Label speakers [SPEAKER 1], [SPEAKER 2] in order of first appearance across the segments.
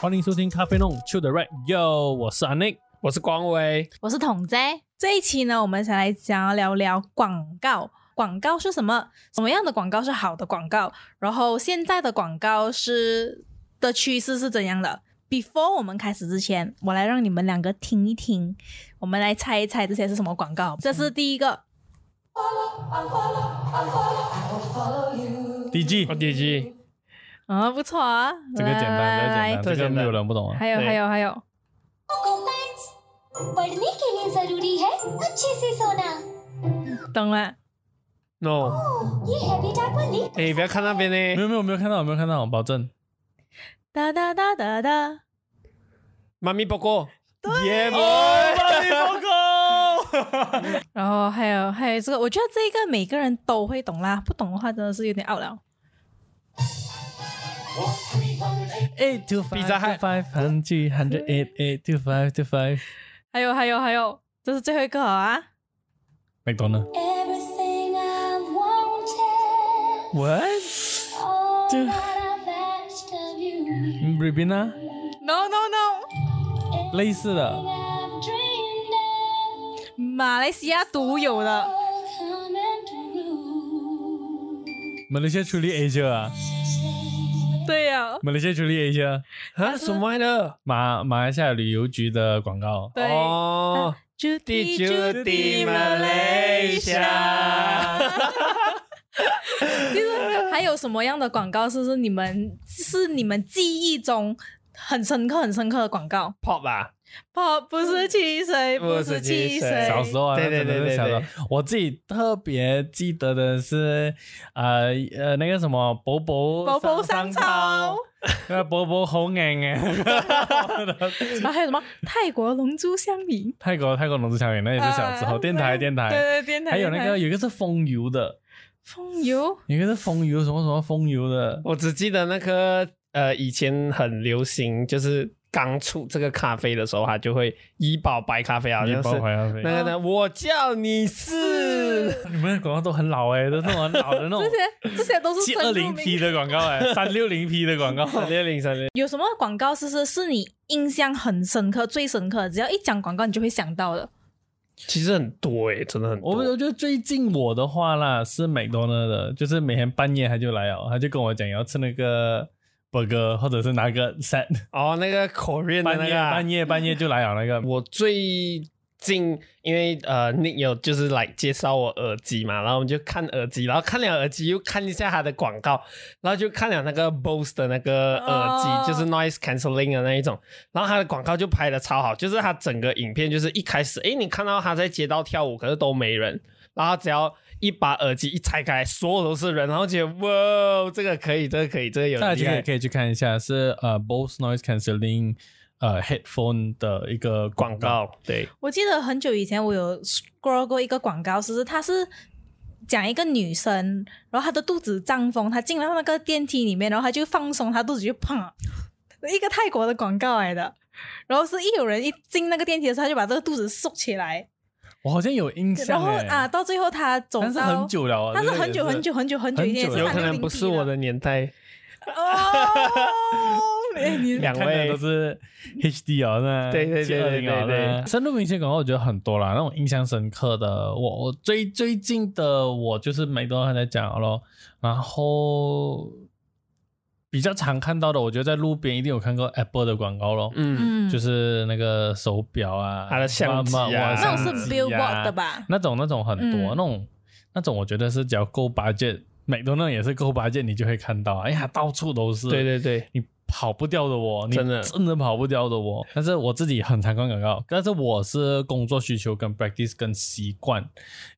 [SPEAKER 1] 欢迎收听咖啡弄 Chill the Right Yo，我是 Anik，
[SPEAKER 2] 我是光威，
[SPEAKER 3] 我是统 J。
[SPEAKER 4] 这一期呢，我们想来想要聊聊广告。广告是什么？什么样的广告是好的广告？然后现在的广告是的趋势是怎样的？Before 我们开始之前，我来让你们两个听一听，我们来猜一猜这些是什么广
[SPEAKER 3] 嗯
[SPEAKER 4] 告。这是第一个，
[SPEAKER 1] DG，
[SPEAKER 2] 哦，DG，
[SPEAKER 4] 啊、不错啊，
[SPEAKER 1] 这个简单，这个
[SPEAKER 4] 来
[SPEAKER 1] 简单，这个没有人不懂啊。
[SPEAKER 4] 还有
[SPEAKER 2] 对
[SPEAKER 4] 还有还有，
[SPEAKER 5] comments Oh, पढ़ने के लिए जरूरी है अच्छे से सोना
[SPEAKER 4] 懂了，
[SPEAKER 2] no，
[SPEAKER 5] ये हैबिट आपको लीक
[SPEAKER 2] 哎，不要看那边
[SPEAKER 1] 没
[SPEAKER 4] 嗯
[SPEAKER 2] 呢，
[SPEAKER 1] 有没有没有看到，没有看到，保证。
[SPEAKER 4] 哒哒哒哒哒，
[SPEAKER 2] 妈咪报告，耶
[SPEAKER 4] 哦然后还有还有这个，我觉得这个每个人都会懂啦，不懂的话真的是有点懊恼。
[SPEAKER 1] Eight two five
[SPEAKER 2] Pizza Hut
[SPEAKER 1] five hundred hundred eight eight two five two five。
[SPEAKER 4] 还有还有还有，这是最后一个啊。
[SPEAKER 1] McDonald。
[SPEAKER 5] everything I wanted
[SPEAKER 1] What?
[SPEAKER 5] all
[SPEAKER 1] Dude.
[SPEAKER 5] that I've asked of you
[SPEAKER 1] Ribena？
[SPEAKER 4] No no no，
[SPEAKER 1] 类似的
[SPEAKER 5] I've dreamed of
[SPEAKER 4] 马来西亚独有的。
[SPEAKER 5] all coming true
[SPEAKER 1] ，Malaysia Truly Asia 啊
[SPEAKER 4] 对呀、
[SPEAKER 1] ，Malaysia Truly Asia，
[SPEAKER 2] 啊，什么来的？
[SPEAKER 1] 马马来西亚旅游局的广告。
[SPEAKER 4] 对。嗯
[SPEAKER 2] 哦，
[SPEAKER 4] 朱
[SPEAKER 2] 地
[SPEAKER 4] 迪
[SPEAKER 2] 主
[SPEAKER 4] 朱
[SPEAKER 2] 地
[SPEAKER 4] 迪
[SPEAKER 2] 马
[SPEAKER 4] 马
[SPEAKER 2] 来
[SPEAKER 4] 来
[SPEAKER 2] 西
[SPEAKER 4] 西
[SPEAKER 2] 亚
[SPEAKER 4] 亚。就是还有什么样的广告是是你们是你们记忆中很深刻很深刻的广告？
[SPEAKER 2] pop 啊吧，
[SPEAKER 4] 不不是汽水，
[SPEAKER 2] 不
[SPEAKER 4] 不
[SPEAKER 2] 是
[SPEAKER 4] 是
[SPEAKER 2] 汽
[SPEAKER 4] 汽
[SPEAKER 2] 水
[SPEAKER 4] 水，
[SPEAKER 1] 小时候啊，
[SPEAKER 2] 对对对
[SPEAKER 1] 真
[SPEAKER 2] 对
[SPEAKER 1] 的是小时候
[SPEAKER 2] 对
[SPEAKER 1] 我自己特别记得的是，呃呃，那个什么，伯伯
[SPEAKER 4] 宝宝
[SPEAKER 1] 上
[SPEAKER 4] 香草，，
[SPEAKER 1] 那个伯伯好硬 哎，
[SPEAKER 4] 然后还有什么泰国龙珠香米，
[SPEAKER 1] 泰国泰国龙之小园，那也是小时候，
[SPEAKER 4] 啊
[SPEAKER 1] 电台电
[SPEAKER 4] 对
[SPEAKER 1] 台，
[SPEAKER 4] 对电台，
[SPEAKER 1] 还有那
[SPEAKER 4] 电
[SPEAKER 1] 个
[SPEAKER 4] 台
[SPEAKER 1] 有一个是风油的，
[SPEAKER 4] 风油，
[SPEAKER 1] 有一个是风油什么什么风油的，
[SPEAKER 2] 我只记得那个呃，以前很流行，就是刚出这个咖啡的时候，它就会医保白咖啡，好
[SPEAKER 1] 你
[SPEAKER 2] 像
[SPEAKER 1] 包
[SPEAKER 2] 是
[SPEAKER 1] 怀咖啡
[SPEAKER 2] 那，个
[SPEAKER 4] 嗯
[SPEAKER 2] 呢，我叫你是，
[SPEAKER 1] 你们的广告都很老哎，都是那种很老的那种
[SPEAKER 4] 这 些这些都是
[SPEAKER 1] 七
[SPEAKER 4] 深
[SPEAKER 1] 二
[SPEAKER 4] 入
[SPEAKER 1] 零
[SPEAKER 4] 民
[SPEAKER 1] P 的广告哎，三六零 P 的广告，
[SPEAKER 2] 三六零三六，
[SPEAKER 4] 有什么广告是是是你印象很深刻、最深刻的？只要一讲广告，你就会想到的。
[SPEAKER 2] 其实很多诶，真的很
[SPEAKER 1] 我
[SPEAKER 2] 多。
[SPEAKER 1] 我觉得最近我的话啦是美多呢的，就是每天半夜他就来哦，他就跟我讲要吃那个 burger 或者是拿个 set，
[SPEAKER 2] 哦，那个 Korean 的
[SPEAKER 1] 半
[SPEAKER 2] 那
[SPEAKER 1] 夜
[SPEAKER 2] 个啊
[SPEAKER 1] 半夜半夜就来了那 个。
[SPEAKER 2] 我最近因为呃，Nick 有就是来介绍我耳机嘛，然后我们就看耳机，然后看了耳机又看一下它的广告，然后就看了那个 Bose 的那个耳机，
[SPEAKER 4] 哦
[SPEAKER 2] 就是 noise cancelling 的那一种，然后它的广告就拍的超好，就是它整个影片就是一开始，诶，你看到他在街道跳舞，可是都没人，然后只要。一把耳机一拆开，所有都是人，然后觉得哇，这个可以，这个可以，这个有
[SPEAKER 1] 大
[SPEAKER 2] 厉
[SPEAKER 1] 家也
[SPEAKER 2] 害
[SPEAKER 1] 可以去看一下，是呃 Bose Noise Cancelling 呃 headphone 的一个
[SPEAKER 2] 广
[SPEAKER 1] 广告。
[SPEAKER 2] 告，对，
[SPEAKER 4] 我记得很久以前我有 scroll 过一个广告，是它是讲一个女生，然后她的肚子胀风，她进到那个电梯里面，然后她就放松，她肚子就砰，一个泰国的广告来的。然后是一有人一进那个电梯的时候，她就把这个肚子缩起来，
[SPEAKER 1] 我好像有印
[SPEAKER 4] 然
[SPEAKER 1] 象
[SPEAKER 4] 后
[SPEAKER 1] 欸
[SPEAKER 4] 啊，，到最后她走
[SPEAKER 1] 但是
[SPEAKER 4] 到
[SPEAKER 1] 很，久了哦，
[SPEAKER 4] 但是
[SPEAKER 1] 这个
[SPEAKER 4] 很久
[SPEAKER 1] 也是
[SPEAKER 4] 很久很久很久
[SPEAKER 1] 很
[SPEAKER 4] 以前，也
[SPEAKER 1] 久
[SPEAKER 4] 是
[SPEAKER 2] 有
[SPEAKER 1] 了
[SPEAKER 2] 可能不是我
[SPEAKER 4] 的
[SPEAKER 2] 的年代，
[SPEAKER 4] 哦， 哎你
[SPEAKER 2] 两
[SPEAKER 1] 看的
[SPEAKER 2] 位
[SPEAKER 1] 都是 HD 啊，那
[SPEAKER 2] 对对对对对
[SPEAKER 1] 720啊
[SPEAKER 2] 对
[SPEAKER 1] 那深入民心广告我觉得很多啦，那种印象深刻的，我我最最近的我就是每都还在讲咯，然后比较常看到的，我觉得在路边一定有看过 Apple 的广告咯，
[SPEAKER 2] 嗯
[SPEAKER 4] 嗯
[SPEAKER 1] 就是那个手表啊，
[SPEAKER 2] 它的相机啊
[SPEAKER 1] 慢慢哇
[SPEAKER 4] 那
[SPEAKER 1] 相
[SPEAKER 4] 种
[SPEAKER 1] 机啊
[SPEAKER 4] 是 Billboard 的吧？
[SPEAKER 1] 那种那种很多、
[SPEAKER 4] 嗯
[SPEAKER 1] 那种那种，我觉得是只要够 budget，每都那也是够 budget，你就会看到啊，哎呀，到处都是，
[SPEAKER 2] 对对对，
[SPEAKER 1] 你跑不掉的哦我，你
[SPEAKER 2] 真的
[SPEAKER 1] 真的跑不掉的我。但是我自己很常看广告，但是我是工作需求跟 practice 跟习惯。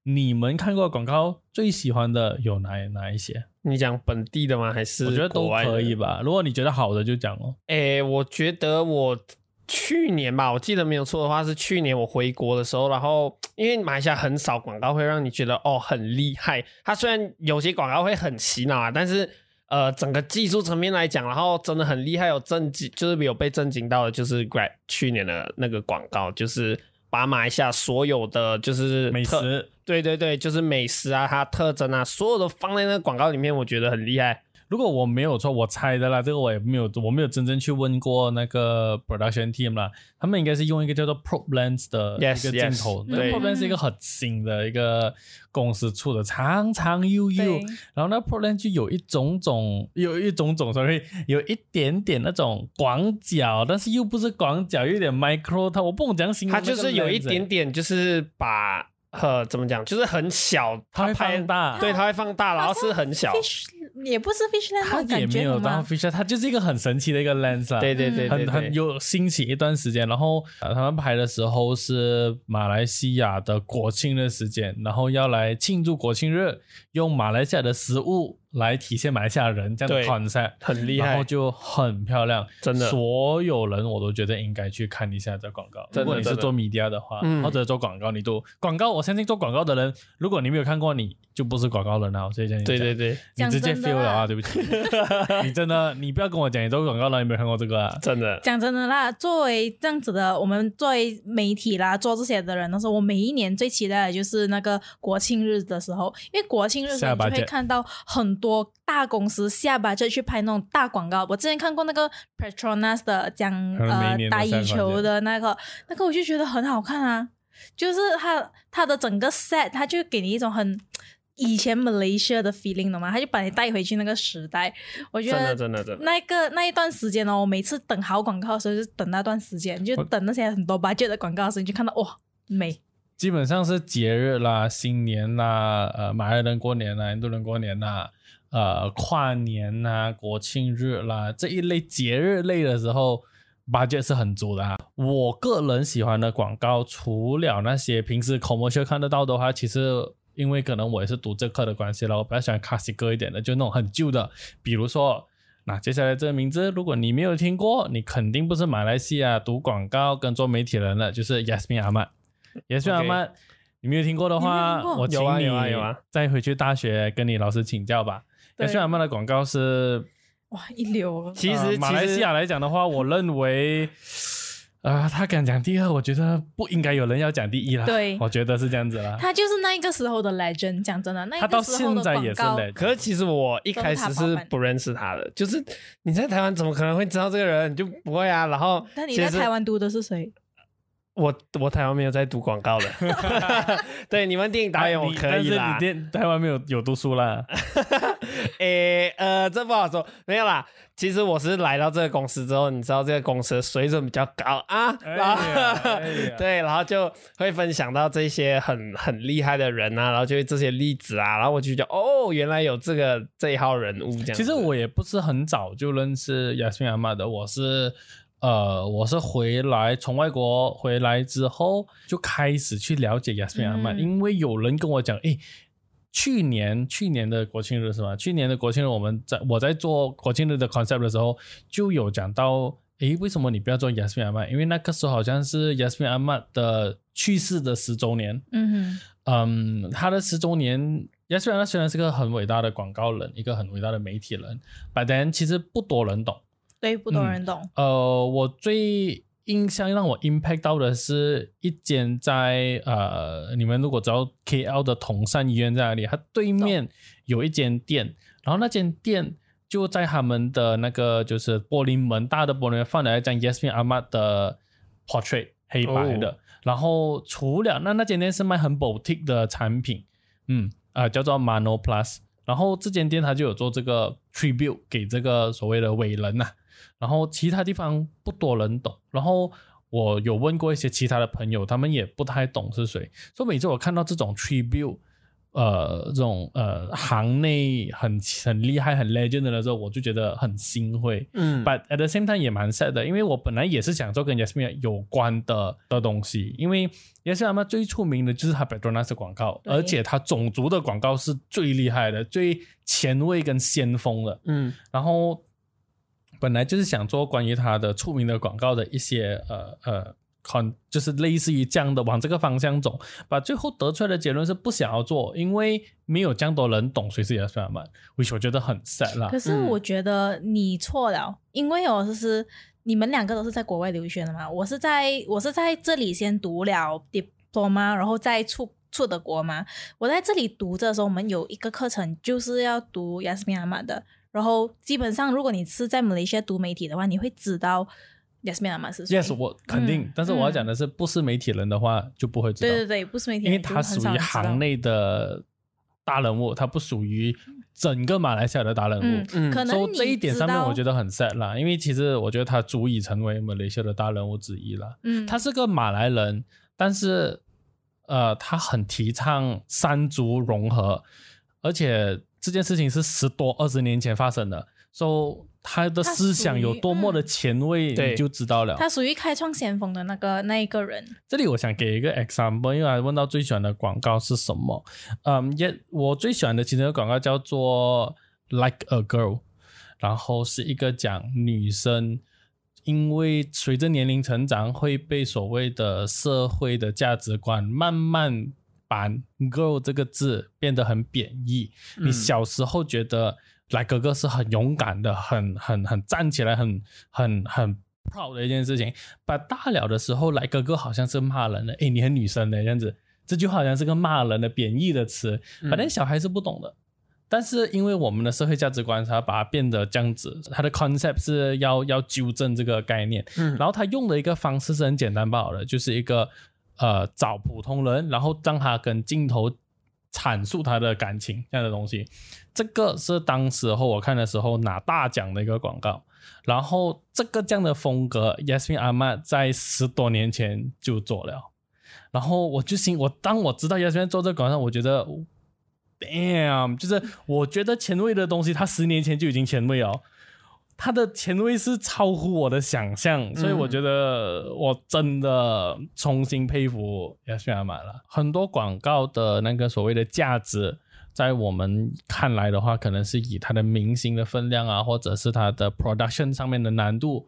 [SPEAKER 1] 你们看过的广告最喜欢的有哪哪一些？
[SPEAKER 2] 你讲本地的吗？还是
[SPEAKER 1] 我觉得都
[SPEAKER 2] 国外的
[SPEAKER 1] 可以？吧。如果你觉得好的就讲哦。
[SPEAKER 2] 诶，我觉得我去年吧，我记得没有错的话是去年我回国的时候，然后因为马来西亚很少广告会让你觉得哦很厉害，它虽然有些广告会很洗脑啊，但是呃整个技术层面来讲，然后真的很厉害，有震惊，就是有被震惊到的，就是 Grab 去年的那个广告，就是把马来西亚所有的就是
[SPEAKER 1] 美
[SPEAKER 2] 特
[SPEAKER 1] 食。
[SPEAKER 2] 对对对，就是美食啊，它特征啊，所有都放在那个广告里面，我觉得很厉害。
[SPEAKER 1] 如果我没有错，我猜的啦，这个我也没有，我没有真正去问过那个 production team 啦，他们应该是用一个叫做 Probe Lens 的一
[SPEAKER 2] Yes,
[SPEAKER 1] 个镜头
[SPEAKER 2] yes，
[SPEAKER 1] 那
[SPEAKER 2] 对
[SPEAKER 1] Probe Lens 是一个很新的一个公司出的，长长又又
[SPEAKER 4] 对，
[SPEAKER 1] 然后那 Probe Lens 就有一种种，有一种种，sorry，有一点点那种广角，但是又不是广角，又有点 micro，它我不懂怎样形容
[SPEAKER 2] 它
[SPEAKER 1] 那个 lens
[SPEAKER 2] 就
[SPEAKER 1] 欸，
[SPEAKER 2] 是有一点点，就是把呃怎么讲，就是很小，
[SPEAKER 1] 它会
[SPEAKER 2] 拍
[SPEAKER 1] 放，大，
[SPEAKER 2] 对，它会放大，然后是很小，
[SPEAKER 4] fish 也不是 fish 那
[SPEAKER 1] 它也
[SPEAKER 4] 种感
[SPEAKER 1] 没
[SPEAKER 4] 觉
[SPEAKER 1] 有
[SPEAKER 4] 好
[SPEAKER 1] 到
[SPEAKER 4] 吗？
[SPEAKER 1] feature，它就是一个很神奇的一个 lens 啊，
[SPEAKER 2] 对对对对
[SPEAKER 1] 很很
[SPEAKER 2] 对，
[SPEAKER 1] 有兴起一段时间，然后、呃、他们拍的时候是马来西亚的国庆的时间，然后要来庆祝国庆日，用马来西亚的食物来体现马来西亚人这样的
[SPEAKER 2] 对
[SPEAKER 1] concept，
[SPEAKER 2] 很厉
[SPEAKER 1] 然
[SPEAKER 2] 害
[SPEAKER 1] 后，就很漂亮，
[SPEAKER 2] 真的
[SPEAKER 1] 所有人我都觉得应该去看一下这广告。
[SPEAKER 2] 真的
[SPEAKER 1] 如果你是做 media 的话，
[SPEAKER 2] 嗯
[SPEAKER 1] 或者做广告，你都广告，我相信做广告的人，如果你没有看过，你就不是广告人啊了。所以这样
[SPEAKER 2] 对
[SPEAKER 1] 讲
[SPEAKER 2] 对对，
[SPEAKER 1] 你直接
[SPEAKER 4] 讲真的
[SPEAKER 1] feel 了啊，
[SPEAKER 4] 啦
[SPEAKER 1] 对不起， 你真的，啊你不要跟我讲你做广告了，你没有看过这个啊。
[SPEAKER 2] 真的，
[SPEAKER 4] 讲真的啦，作为这样子的，我们作为媒体啦，做这些的人的时候，我每一年最期待的就是那个国庆日的时候，因为国庆日的时
[SPEAKER 1] 下
[SPEAKER 4] 候你就
[SPEAKER 1] budget
[SPEAKER 4] 会看到很多大公司下巴就去拍那种大广告。我之前看过那个 Petronas 的讲
[SPEAKER 1] 可能每
[SPEAKER 4] 呃
[SPEAKER 1] 一年都
[SPEAKER 4] 打
[SPEAKER 1] 下
[SPEAKER 4] 羽球
[SPEAKER 1] budget
[SPEAKER 4] 的那个，那个我就觉得很好看啊，就是它它的整个 set，它就给你一种很。以前 Malaysia 的 feeling 懂吗？他就把你带回去那个时代，我觉
[SPEAKER 2] 真的
[SPEAKER 4] 得
[SPEAKER 2] 真的真的，
[SPEAKER 4] 那一个那一段时间哦，我每次等好广告的时候，就是等那段时间，就等那些很多 budget 的广告的时候，你就看到哇，美，
[SPEAKER 1] 基本上是节日啦、新年啦、呃马来人过年啦、印度人过年啦、呃跨年啦、国庆日啦这一类节日类的时候，budget 是很足的、啊。我个人喜欢的广告，除了那些平时 commercial 看得到的话，其实。因为可能我也是读这课的关系啦，我比较喜欢 classic 歌一点的，就那种很旧的，比如说那接下来这个名字，如果你没有听过，你肯定不是马来西亚读广告跟做媒体人了，就是 Yasmin Ahmad。Yasmin
[SPEAKER 2] OK
[SPEAKER 1] Ahmad，你没有听过的话
[SPEAKER 4] 你没有听，过
[SPEAKER 1] 我请
[SPEAKER 2] 有啊
[SPEAKER 1] 你
[SPEAKER 2] 有啊有啊
[SPEAKER 1] 再回去大学跟你老师请教吧。
[SPEAKER 4] 对
[SPEAKER 1] Yasmin Ahmad 的广告是，
[SPEAKER 4] 哇，一流。
[SPEAKER 2] 其实
[SPEAKER 1] 呃马来西亚来讲的话，我认为。啊、他敢讲第二，我觉得不应该有人要讲第一啦。
[SPEAKER 4] 对
[SPEAKER 1] 我觉得是这样子啦。
[SPEAKER 4] 他就是那一个时候的 legend，讲真的，那一
[SPEAKER 1] 他到
[SPEAKER 4] 个时候
[SPEAKER 1] 现
[SPEAKER 4] 的
[SPEAKER 1] 在也
[SPEAKER 4] 广
[SPEAKER 1] 是
[SPEAKER 4] 告，
[SPEAKER 1] legend
[SPEAKER 2] 可是其实我一开始是不认识他的，就是你在台湾怎么可能会知道这个人？你就不会啊。然后，
[SPEAKER 4] 那你
[SPEAKER 2] 其
[SPEAKER 4] 在
[SPEAKER 2] 实
[SPEAKER 4] 台湾读的是谁？
[SPEAKER 2] 我我台湾没有在读广告的， 对啊你们电影导演我
[SPEAKER 1] 你
[SPEAKER 2] 可以啦
[SPEAKER 1] 但。是你电台湾没有有读书啦。
[SPEAKER 2] 诶、呃，这不好说，没有啦。其实我是来到这个公司之后，你知道这个公司的水准比较高啊，
[SPEAKER 1] 哎
[SPEAKER 2] 然后、
[SPEAKER 1] 呀哎呀
[SPEAKER 2] 对，然后就会分享到这些很很厉害的人啊，然后就这些例子啊，然后我就觉得哦，原来有这个这一号人物这样子。
[SPEAKER 1] 其实我也不是很早就认识雅欣阿玛的，我是呃，我是回来从外国回来之后就开始去了解雅欣阿玛，
[SPEAKER 4] 嗯
[SPEAKER 1] 因为有人跟我讲，诶，去年去年的国庆日是吗？去年的国庆日，我们在我在做国庆日的 concept 的时候，就有讲到，诶，为什么你不要做 Yasmin Ahmad？因为那个时候好像是 Yasmin Ahmad 的去世的十周年，
[SPEAKER 4] 嗯
[SPEAKER 1] 嗯，他的十周年，也虽然他虽然是个很伟大的广告人，一个很伟大的媒体人，but then 其实不多人懂。
[SPEAKER 4] 哼，对，不多人懂。
[SPEAKER 1] 呃，我最印象让我 impact 到的是一间在呃，你们如果知道 KL 的同善医院在哪里，它对面有一间店，然后那间店就在他们的那个就是玻璃门大的玻璃门放了一张 Yasmin Ahmad 的 portrait 黑白的，
[SPEAKER 2] 哦
[SPEAKER 1] 然后除了那那间店是卖很 boutique 的产品，嗯啊、呃叫做 Mano Plus。然后这间店它就有做这个 tribute 给这个所谓的伟人啊呐、然后其他地方不多人懂。然后我有问过一些其他的朋友，他们也不太懂是谁。所以每次我看到这种 tribute，呃，这种呃行内很很厉害、很 legend 的时候，我就觉得很心灰。
[SPEAKER 2] 嗯，
[SPEAKER 1] But at the same time 也蛮 sad 的，因为我本来也是想做跟 Yasmin 有关的的东西，因为 Yasmin 阿妈最出名的就是她 Petronas 的广告，
[SPEAKER 4] 对
[SPEAKER 1] 而且她种族的广告是最厉害的、最前卫跟先锋的。
[SPEAKER 2] 嗯
[SPEAKER 1] 然后本来就是想做关于它的出名的广告的一些呃呃。con 就是类似于这样的往这个方向走，把最后得出来的结论是不想要做，因为没有这样多人懂谁是 Yes Man，which 我觉得很 sad 啦
[SPEAKER 4] 可。是我觉得你错了，因为我就是你们两个都是在国外留学的嘛，我是在我是在这里先读了 diploma，然后再出出的国嘛。我在这里读着的时候，我们有一个课程就是要读雅斯敏阿玛的，然后基本上如果你是在马来西亚读媒体的话，你会知道雅斯敏阿玛是谁。
[SPEAKER 1] Yes，我肯定，
[SPEAKER 4] 嗯
[SPEAKER 1] 但是我要讲的是，不是媒体人的话就不会知道。
[SPEAKER 4] 对对对，不是媒体
[SPEAKER 1] 因
[SPEAKER 4] 人，
[SPEAKER 1] 为他属于行
[SPEAKER 4] 内。
[SPEAKER 1] 内的大人物，他不属于整个马来西亚的大人物
[SPEAKER 4] 嗯。
[SPEAKER 2] 嗯
[SPEAKER 4] 可
[SPEAKER 1] 所
[SPEAKER 4] 能
[SPEAKER 1] 以
[SPEAKER 4] 你
[SPEAKER 1] 这一点上面，我觉
[SPEAKER 4] 得，
[SPEAKER 1] 得很 sad 啦，因为其实我觉得他足以成为马来西亚的大人物之一啦。
[SPEAKER 4] 嗯，
[SPEAKER 1] 他是个马来人，但是呃，他很提倡三族融合，而且这件事情是十多二十年前发生的，所、以他的
[SPEAKER 4] 他
[SPEAKER 1] 思想
[SPEAKER 4] 属于嗯
[SPEAKER 1] 有多么的前卫，
[SPEAKER 2] 对
[SPEAKER 1] 你就知道了。
[SPEAKER 4] 他属于开创先锋的那个那一个人。
[SPEAKER 1] 这里我想给一个 example，因为还问到最喜欢的广告是什么。嗯，也我最喜欢的其中一个广告叫做 Like a Girl，然后是一个讲女生因为随着年龄成长会被所谓的社会的价值观慢慢。把 “girl” 这个字变得很贬义。你
[SPEAKER 2] 嗯
[SPEAKER 1] 小时候觉得来哥哥是很勇敢的，很很很站起来，很很很 proud 的一件事情。把大了的时候，来哥哥好像是骂人的，诶，你很女生的这样子，这句话好像是个骂人的贬义的词，
[SPEAKER 2] 嗯
[SPEAKER 1] 反正小孩是不懂的。但是因为我们的社会价值观，它把它变得这样子，它的 concept 是要要纠正这个概念，
[SPEAKER 2] 嗯
[SPEAKER 1] 然后他用的一个方式是很简单不好的，就是一个呃找普通人，然后让他跟镜头阐述他的感情这样的东西。这个是当时候我看的时候拿大奖的一个广告。然后这个这样的风格，Yasmin Ahmad 在十多年前就做了。然后我就心，我当我知道 Yasmin 做这个广告，我觉得，damn，就是我觉得前卫的东西，他十年前就已经前卫了。他的前卫是超乎我的想象，所以
[SPEAKER 2] 嗯
[SPEAKER 1] 我觉得我真的重新佩服 Yasmin Ahmad 了。很多广告的那个所谓的价值，在我们看来的话，可能是以它的明星的分量啊，或者是它的 production 上面的难度，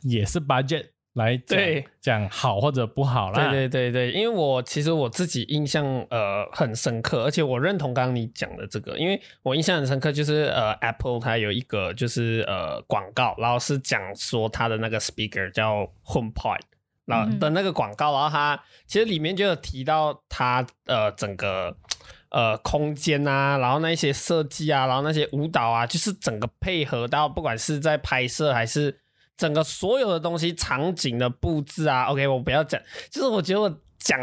[SPEAKER 1] 也是 budget 来讲
[SPEAKER 2] 对
[SPEAKER 1] 讲好或者不好啦。
[SPEAKER 2] 对对对对，因为我其实我自己印象呃很深刻，而且我认同刚刚你讲的这个，因为我印象很深刻，就是呃 Apple 它有一个就是呃广告，然后是讲说它的那个 speaker 叫 HomePod。然后
[SPEAKER 4] 嗯
[SPEAKER 2] 的那个广告，然后它其实里面就有提到它呃整个呃空间啊，然后那一些设计啊，然后那些舞蹈啊，就是整个配合到不管是在拍摄还是整个所有的东西场景的布置啊。OK，我不要讲，就是我觉得我讲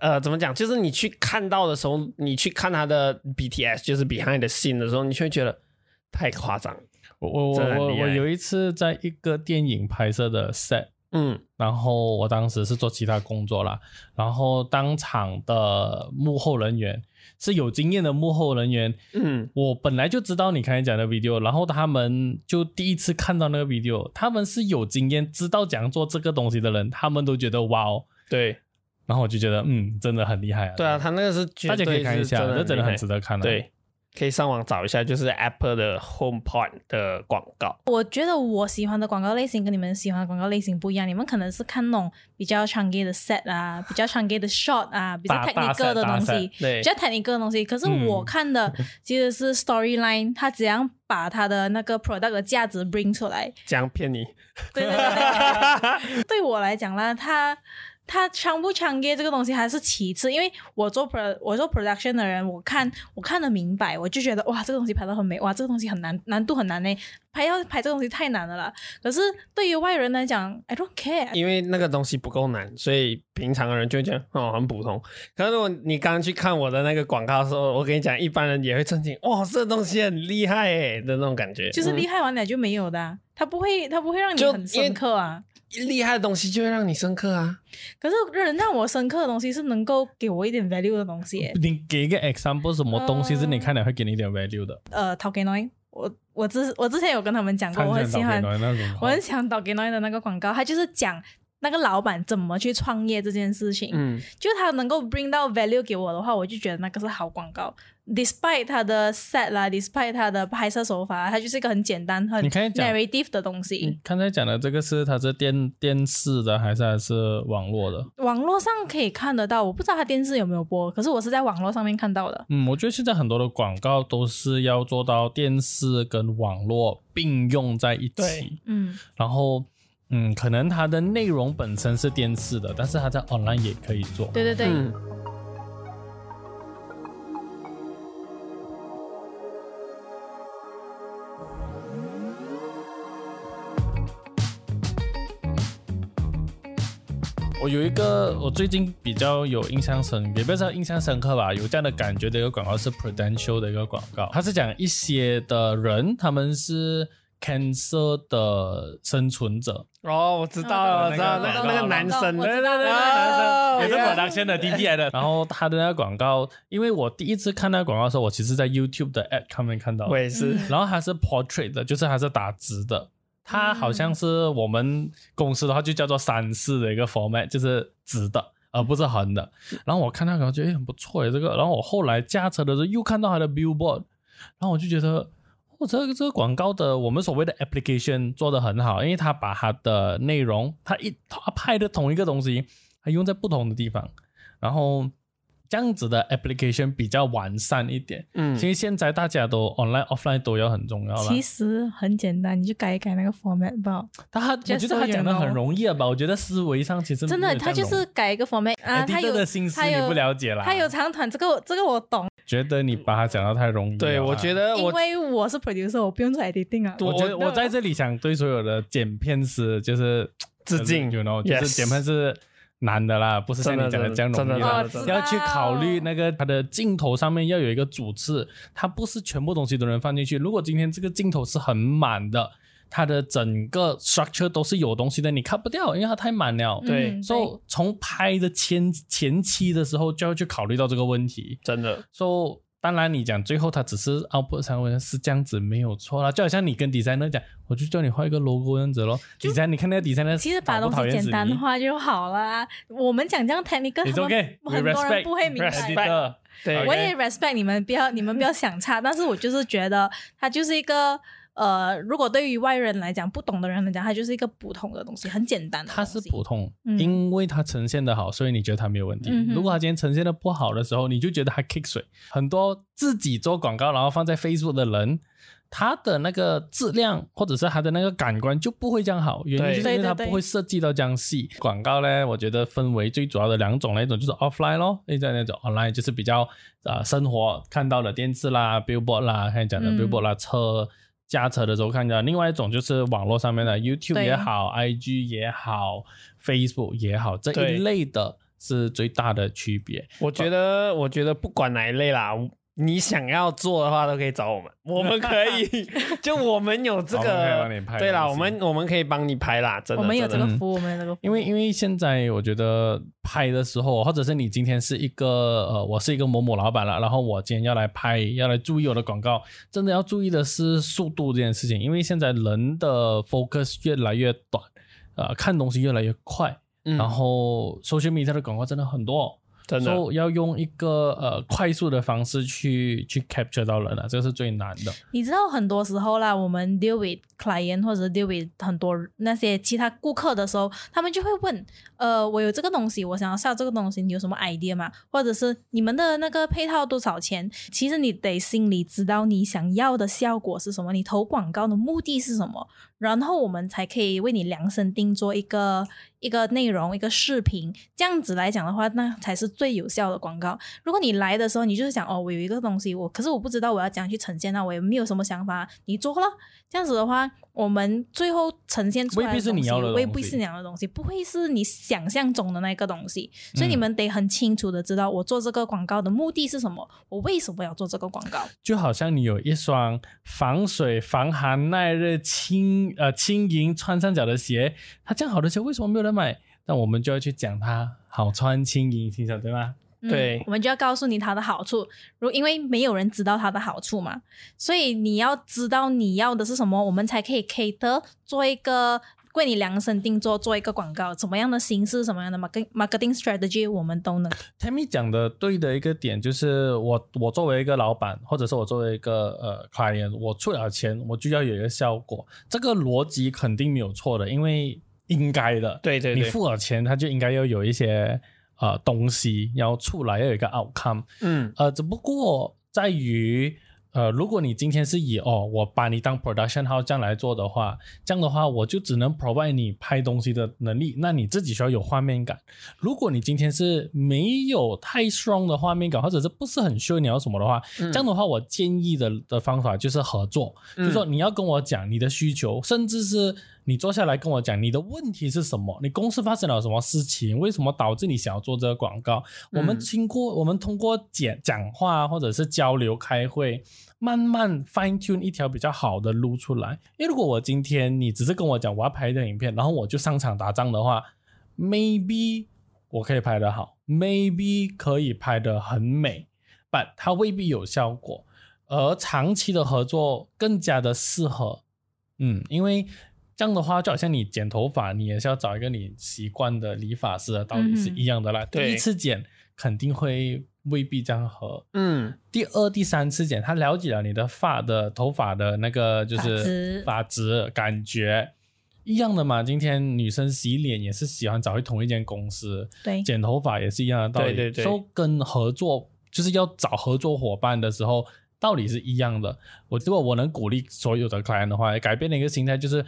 [SPEAKER 2] 呃怎么讲，就是你去看到的时候，你去看他的 BTS 就是 Behind the Scene 的时候，你就会觉得太夸张了。
[SPEAKER 1] 我我我
[SPEAKER 2] 真的很
[SPEAKER 1] 我
[SPEAKER 2] 厉害
[SPEAKER 1] 我有一次在一个电影拍摄的 set，
[SPEAKER 2] 嗯
[SPEAKER 1] 然后我当时是做其他工作啦，然后当场的幕后人员是有经验的幕后人员，
[SPEAKER 2] 嗯
[SPEAKER 1] 我本来就知道你刚才讲的 video，然后他们就第一次看到那个 video，他们是有经验、知道讲做这个东西的人，他们都觉得哇哦，
[SPEAKER 2] 对
[SPEAKER 1] 然后我就觉得嗯，真的很厉害啊。
[SPEAKER 2] 对啊，他那个是绝
[SPEAKER 1] 大家可以
[SPEAKER 2] 对
[SPEAKER 1] 看一
[SPEAKER 2] 是
[SPEAKER 1] 下，
[SPEAKER 2] 真的
[SPEAKER 1] 这真的
[SPEAKER 2] 厉
[SPEAKER 1] 很
[SPEAKER 2] 害
[SPEAKER 1] 值得看、啊。
[SPEAKER 2] 对，可以上网找一下，就是 Apple 的 HomePod 的广告。
[SPEAKER 4] 我觉得我喜欢的广告类型跟你们喜欢的广告类型不一样，你们可能是看那种比较 c h a n g y 的 set 啊，比较 c h a n g y 的 shot 啊，比较
[SPEAKER 1] 大大
[SPEAKER 4] technical
[SPEAKER 1] set，
[SPEAKER 4] 的
[SPEAKER 1] 大
[SPEAKER 4] 东
[SPEAKER 1] set
[SPEAKER 4] 西，
[SPEAKER 2] 对
[SPEAKER 4] 比较 technical 的东西。可是
[SPEAKER 1] 嗯
[SPEAKER 4] 我看的 其实是 storyline，它怎样把它的那个 product 的价值 bring 出来。
[SPEAKER 2] 这样 骗你。
[SPEAKER 4] 对对对对对，对我来讲啦，它它强不强烈这个东西还是其次，因为我做 pro 我做 production 的人，我看我看得明白，我就觉得哇，这个东西拍得很美，哇，这个东西很难，难度很难呢，拍要拍这个东西太难了啦。可是对于外人来讲，I don't care。
[SPEAKER 2] 因为那个东西不够难，所以平常的人就会觉得哦很普通。可是如果你刚刚去看我的那个广告的时候，我跟你讲，一般人也会震惊，哇，这东西很厉害诶的那种感觉。
[SPEAKER 4] 就是厉
[SPEAKER 2] 害、
[SPEAKER 4] 害完了就没有的啊、它不会，它不会让你
[SPEAKER 2] 嗯就
[SPEAKER 4] 很深刻啊。
[SPEAKER 2] 厉害的东西就会让你深刻啊。
[SPEAKER 4] 可是人让我深刻的东西是能够给我一点 value 的东西耶。
[SPEAKER 1] 你给一个 example，什么东西是你看了会给你一点 value 的？
[SPEAKER 4] 呃，陶给 noi，我我之我之前有跟他们讲过，我很喜
[SPEAKER 1] 看
[SPEAKER 4] 欢
[SPEAKER 1] 起来很讨厌那种
[SPEAKER 4] 我很喜欢 d o g i n o 的那个广告，它就是讲那个老板怎么去创业这件事情。
[SPEAKER 2] 嗯，
[SPEAKER 4] 就他能够 bring 到 value 给我的话，我就觉得那个是好广告。Despite 它的 set 啦，despite 它的拍摄手法，它就是一个很简单、很
[SPEAKER 1] 你可以讲
[SPEAKER 4] narrative 的东
[SPEAKER 1] 你
[SPEAKER 4] 西。
[SPEAKER 1] 嗯刚才讲的这个是它是电电视的还是还是网络的？
[SPEAKER 4] 网络上可以看得到，我不知道它电视有没有播，可是我是在网络上面看到的。
[SPEAKER 1] 嗯，我觉得现在很多的广告都是要做到电视跟网络并用在一
[SPEAKER 2] 对
[SPEAKER 1] 起，
[SPEAKER 4] 嗯，
[SPEAKER 1] 然后嗯，可能它的内容本身是电视的，但是它在 online 也可以做。
[SPEAKER 4] 对对对，
[SPEAKER 2] 嗯
[SPEAKER 1] 我有一个我最近比较有印象深，也不是印象深刻吧，有这样的感觉的一个广告是 Prudential 的一个广告，它是讲一些的人他们是 cancer 的生存者，
[SPEAKER 2] 哦，我知道了，我知道
[SPEAKER 1] 那个
[SPEAKER 2] 那那个男生，
[SPEAKER 4] 我知道我
[SPEAKER 2] 对对对，男
[SPEAKER 1] 也
[SPEAKER 2] 生哦
[SPEAKER 1] 是
[SPEAKER 4] 知道
[SPEAKER 1] 我当先的 D D 来的。然后他的那个广告，因为我第一次看那个广告的时候，我其实在 YouTube 的 ad 上面看到的，
[SPEAKER 2] 我也是，
[SPEAKER 1] 然后它是 portrait 的，就是它是打直的。它好像是我们公司的话就叫做三四的一个 format，就是直的，而不是横的。然后我看那个，我觉得诶很不错诶，这个。然后我后来驾车的时候又看到它的 billboard，然后我就觉得，哦，这个这个广告的我们所谓的 application 做的很好，因为它把它的内容，它一它拍的同一个东西，它用在不同的地方，然后这样子的 application 比较完善一点。
[SPEAKER 2] 嗯
[SPEAKER 1] 其实现在大家都 online、offline 都要很重要了
[SPEAKER 4] 其。实很简单，你就改一改那个 format 吧。
[SPEAKER 1] 但他我
[SPEAKER 4] Just
[SPEAKER 1] 觉得他
[SPEAKER 4] so you
[SPEAKER 1] 讲的
[SPEAKER 4] know
[SPEAKER 1] 很容易了啊吧？我觉得思维上其实
[SPEAKER 4] 真
[SPEAKER 1] 没
[SPEAKER 4] 的，
[SPEAKER 1] 有
[SPEAKER 4] 他
[SPEAKER 1] 这
[SPEAKER 4] 就
[SPEAKER 1] 样容
[SPEAKER 4] 是
[SPEAKER 1] 易
[SPEAKER 4] 改一个 format 啊，
[SPEAKER 1] Editor
[SPEAKER 4] 他有
[SPEAKER 1] 的心思
[SPEAKER 4] 他
[SPEAKER 1] 你
[SPEAKER 4] 有
[SPEAKER 1] 不了解啦。
[SPEAKER 4] 他有长短，这个我这个我懂，
[SPEAKER 1] 觉得你把他讲到太容易了啦。
[SPEAKER 2] 对，我觉得
[SPEAKER 4] 因
[SPEAKER 2] 我
[SPEAKER 4] 为我是 producer，我不用做 editing 啊。
[SPEAKER 1] 我觉得
[SPEAKER 2] 我
[SPEAKER 1] 我在这里想对所有的剪片师就是 呃
[SPEAKER 2] 致敬
[SPEAKER 1] ，you know，就是
[SPEAKER 2] Yes
[SPEAKER 1] 剪片是难的啦，不是像你讲的这样容易
[SPEAKER 2] 真的
[SPEAKER 1] 啦
[SPEAKER 4] 哦
[SPEAKER 2] 真的
[SPEAKER 4] 知
[SPEAKER 2] 真
[SPEAKER 4] 道
[SPEAKER 2] 的
[SPEAKER 1] 要去考虑那个它的镜头上面要有一个主次，它不是全部东西都能放进去。如果今天这个镜头是很满的，它的整个 structure 都是有东西的，你看不掉，因为它太满了。
[SPEAKER 4] 嗯
[SPEAKER 2] 对
[SPEAKER 1] 所、以从拍的前前期的时候就要去考虑到这个问题。
[SPEAKER 2] 真的
[SPEAKER 1] 所以当然，你讲最后它只是 output 三文是这样子没有错啦，就好像你跟 designer 讲，我就叫你画一个 logo 这样子咯。design 你看那个 designer
[SPEAKER 4] 其实把
[SPEAKER 1] 讨
[SPEAKER 4] 东
[SPEAKER 1] 不讨
[SPEAKER 4] 西
[SPEAKER 1] 厌
[SPEAKER 4] 简
[SPEAKER 1] 死
[SPEAKER 4] 单
[SPEAKER 1] 你
[SPEAKER 4] 化就好啦。我们讲这样 technical，
[SPEAKER 1] It's
[SPEAKER 4] 他们
[SPEAKER 1] okay, we
[SPEAKER 4] 很多
[SPEAKER 1] respect,
[SPEAKER 4] 人不会明
[SPEAKER 2] respect
[SPEAKER 4] 白。
[SPEAKER 1] Editor
[SPEAKER 2] 对，
[SPEAKER 1] OK
[SPEAKER 4] 我也 respect 你们，不要你们不要想差，但是我就是觉得它就是一个呃，如果对于外人来讲，不懂的人来讲，它就是一个普通的东西，很简单的
[SPEAKER 1] 它
[SPEAKER 4] 东
[SPEAKER 1] 是
[SPEAKER 4] 西。
[SPEAKER 1] 普通，
[SPEAKER 4] 嗯
[SPEAKER 1] 因为它呈现的好，所以你觉得它没有问题。
[SPEAKER 4] 嗯哼
[SPEAKER 1] 如果它今天呈现的不好的时候，你就觉得它 kick 水。很多自己做广告然后放在 Facebook 的人，他的那个质量或者是他的那个感官就不会这样好，原因就是因
[SPEAKER 4] 对
[SPEAKER 1] 为他
[SPEAKER 4] 对对
[SPEAKER 1] 不会设计到这样细。广告呢，我觉得分为最主要的两种，那一种就是 offline 咯，另一种那种 online 就是比较呃生活看到的电视啦、billboard 啦，看讲的
[SPEAKER 4] 嗯
[SPEAKER 1] billboard 啦、车。驾车的时候看到，另外一种就是网络上面的 YouTube
[SPEAKER 4] 对
[SPEAKER 1] 也好，IG 也好，Facebook 也好，这
[SPEAKER 2] 对
[SPEAKER 1] 一类的是最大的区别。
[SPEAKER 2] 我觉得我觉得不管哪一类啦。你想要做的话，都可以找我们，我们可 以，就我们有这
[SPEAKER 1] 我们可以
[SPEAKER 2] 个
[SPEAKER 1] 帮你拍，
[SPEAKER 2] 对啦，
[SPEAKER 1] 东西
[SPEAKER 2] 我们我们可以帮你拍啦，真的，
[SPEAKER 4] 我们有这
[SPEAKER 2] 真
[SPEAKER 4] 个
[SPEAKER 2] 的
[SPEAKER 4] 服务，我们有这个服务，
[SPEAKER 1] 因为因为现在我觉得拍的时候，或者是你今天是一个呃，我是一个某某老板了，然后我今天要来拍，要来注意我的广告，真的要注意的是速度这件事情，因为现在人的 focus 越来越短，呃，看东西越来越快，
[SPEAKER 2] 嗯
[SPEAKER 1] 然后 social media 的广告真的很多、
[SPEAKER 2] 真的
[SPEAKER 1] 所以要用一个呃快速的方式去去 capture 到人了、啊这个是最难的。
[SPEAKER 4] 你知道很多时候啦，我们 deal with client 或者是 deal with 很多那些其他顾客的时候，他们就会问，呃，我有这个东西，我想要下这个东西，你有什么 idea 吗？或者是你们的那个配套多少钱？其实你得心里知道你想要的效果是什么，你投广告的目的是什么，然后我们才可以为你量身定做一个一个内容、一个视频。这样子来讲的话，那才是最有效的广告。如果你来的时候，你就是想哦，我有一个东西，我可是我不知道我要怎样去呈现它，啊我也没有什么想法，你做了这样子的话，我们最后呈现出来
[SPEAKER 1] 未必是你要的东西
[SPEAKER 4] 未必是你要的东西，不会是你想象中的那个东西，所以
[SPEAKER 1] 嗯
[SPEAKER 4] 你们得很清楚的知道我做这个广告的目的是什么，我为什么要做这个广告。
[SPEAKER 1] 就好像你有一双防水、防寒、耐热、轻呃轻盈穿上脚的鞋，它这样好的鞋为什么没有人买？那我们就要去讲它好穿、轻盈、轻巧，对吗？
[SPEAKER 4] 嗯
[SPEAKER 2] 对
[SPEAKER 4] 我们就要告诉你它的好处。如因为没有人知道它的好处嘛，所以你要知道你要的是什么，我们才可以 cater 做一个为你量身定做做一个广告，怎么样的形式，什么样的 marketing marketing strategy，我们都能
[SPEAKER 1] Tammy 讲的对的一个点就是我，我作为一个老板，或者是我作为一个呃 client，我出了钱，我就要有一个效果，这个逻辑肯定没有错的，因为应该的。
[SPEAKER 2] 对对
[SPEAKER 1] 你
[SPEAKER 2] 对，
[SPEAKER 1] 付了钱，他就应该要有一些呃东西要出来，要有一个 outcome。
[SPEAKER 2] 嗯
[SPEAKER 1] 呃，只不过在于呃，如果你今天是以哦，我把你当 production house 这样来做的话，这样的话我就只能 provide 你拍东西的能力，那你自己需要有画面感。如果你今天是没有太 strong 的画面感，或者是不是很 sure 你要什么的话，
[SPEAKER 2] 嗯
[SPEAKER 1] 这样的话我建议的的方法就是合作。就说你要跟我讲你的需求，甚至是你坐下来跟我讲你的问题是什么，你公司发生了什么事情，为什么导致你想要做这个广告？
[SPEAKER 2] 嗯
[SPEAKER 1] 我们经过我们通过讲讲话或者是交流开会，慢慢 fine tune 一条比较好的路出来。因为如果我今天你只是跟我讲我要拍一段影片，然后我就上场打仗的话，maybe 我可以拍得好，maybe 可以拍得很美，but 它未必有效果。而长期的合作更加的适合。嗯，因为这样的话，就好像你剪头发，你也是要找一个你习惯的理发师的道理是一样的啦。
[SPEAKER 2] 对
[SPEAKER 1] 第一次剪肯定会未必这样合，
[SPEAKER 2] 嗯
[SPEAKER 1] 第二、第三次剪，他了解了你的发的头发的那个就
[SPEAKER 4] 发
[SPEAKER 1] 是
[SPEAKER 4] 质
[SPEAKER 1] 发质感觉。一样的嘛，今天女生洗脸也是喜欢找回同一间公司，
[SPEAKER 4] 对
[SPEAKER 1] 剪头发也是一样的道理。
[SPEAKER 2] 对对对
[SPEAKER 1] 所以跟合作就是要找合作伙伴的时候，道理是一样的。我如果我能鼓励所有的 client 的话，改变的一个心态就是，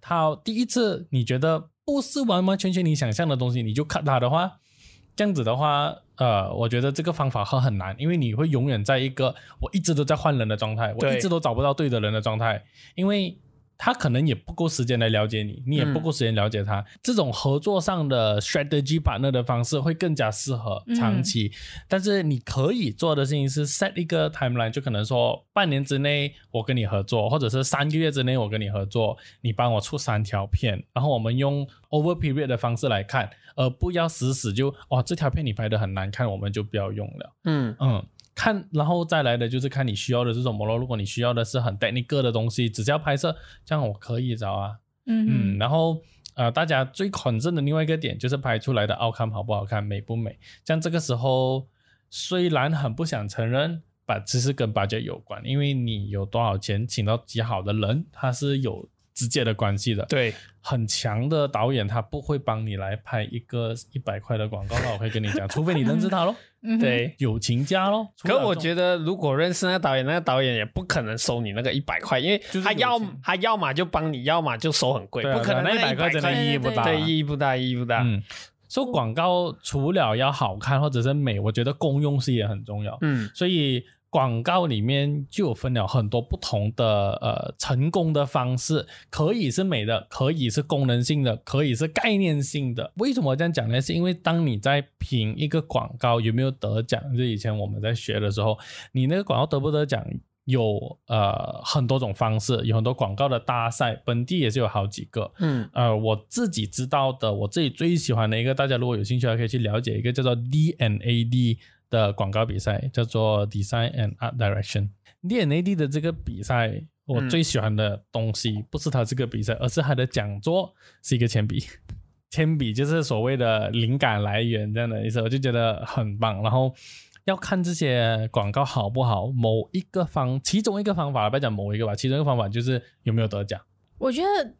[SPEAKER 1] 他第一次你觉得不是完完全全你想象的东西，你就 cut 他的话，这样子的话，呃，我觉得这个方法很很难，因为你会永远在一个我一直都在换人的状态，我
[SPEAKER 2] 对
[SPEAKER 1] 一直都找不到对的人的状态，因为。他可能也不够时间来了解你，你也不够时间了解他。这种合作上的 strategy partner 的方式会更加适合长期。但是你可以做的事情是 set 一个 timeline，就可能说半年之内我跟你合作，或者是三个月之内我跟你合作，你帮我出三条片，然后我们用 over period 的方式来看，而不要死死就哦这条片你拍的很难看，我们就不要用了。
[SPEAKER 2] 嗯
[SPEAKER 1] 嗯，看，然后再来的就是看你需要的是什么咯。如果你需要的是很 technical 的东西，只是要拍摄，这样我可以找啊。嗯，
[SPEAKER 4] 嗯
[SPEAKER 1] 然后呃，大家最 concern 的另外一个点就是拍出来的 outcome 好不好看，美不美。像这个时候，虽然很不想承认，把其实跟 budget 有关，因为你有多少钱请到几好的人，它是有直接的关系的。
[SPEAKER 2] 对，
[SPEAKER 1] 很强的导演他不会帮你来拍一个一百块的广告，那我可以跟你讲，除非你认识他咯，
[SPEAKER 4] 嗯哼
[SPEAKER 2] 对。
[SPEAKER 1] 友情家咯。
[SPEAKER 2] 可我
[SPEAKER 1] 得。
[SPEAKER 2] 觉得，如果认识那导演，那个导演也不可能收你那个一百块，因为
[SPEAKER 1] 就是
[SPEAKER 2] 他
[SPEAKER 1] 有
[SPEAKER 2] 要
[SPEAKER 1] 钱
[SPEAKER 2] 他要么就帮你，要么就收很贵，
[SPEAKER 1] 对啊
[SPEAKER 2] 不可能
[SPEAKER 1] 那
[SPEAKER 2] 一
[SPEAKER 1] 100块
[SPEAKER 2] 块
[SPEAKER 1] 真的
[SPEAKER 4] 意义不大
[SPEAKER 2] 对，意义不大，意义不大。
[SPEAKER 1] 嗯，说广告除了要好看或者是美，我觉得公用性也很重要。
[SPEAKER 2] 嗯
[SPEAKER 1] 所以广告里面就有分了很多不同的呃成功的方式，可以是美的，可以是功能性的，可以是概念性的。为什么这样讲呢？是因为当你在评一个广告有没有得奖，就以前我们在学的时候，你那个广告得不得奖？有呃很多种方式，有很多广告的大赛，本地也是有好几个。
[SPEAKER 2] 嗯
[SPEAKER 1] 呃，我自己知道的，我自己最喜欢的一个，大家如果有兴趣的话，可以去了解一个叫做 DNAD 的广告比赛，叫做 Design and Art Direction。DNAD 的这个比赛，我
[SPEAKER 2] 嗯
[SPEAKER 1] 最喜欢的东西、不是它这个比赛，而是它的讲座是一个铅笔。 铅笔就是所谓的灵感来源这样的意思，我就觉得很棒。然后要看这些广告好不好，某一个方，其中一个方法，不要讲某一个吧，其中一个方法就是有没有得奖。
[SPEAKER 4] 我觉得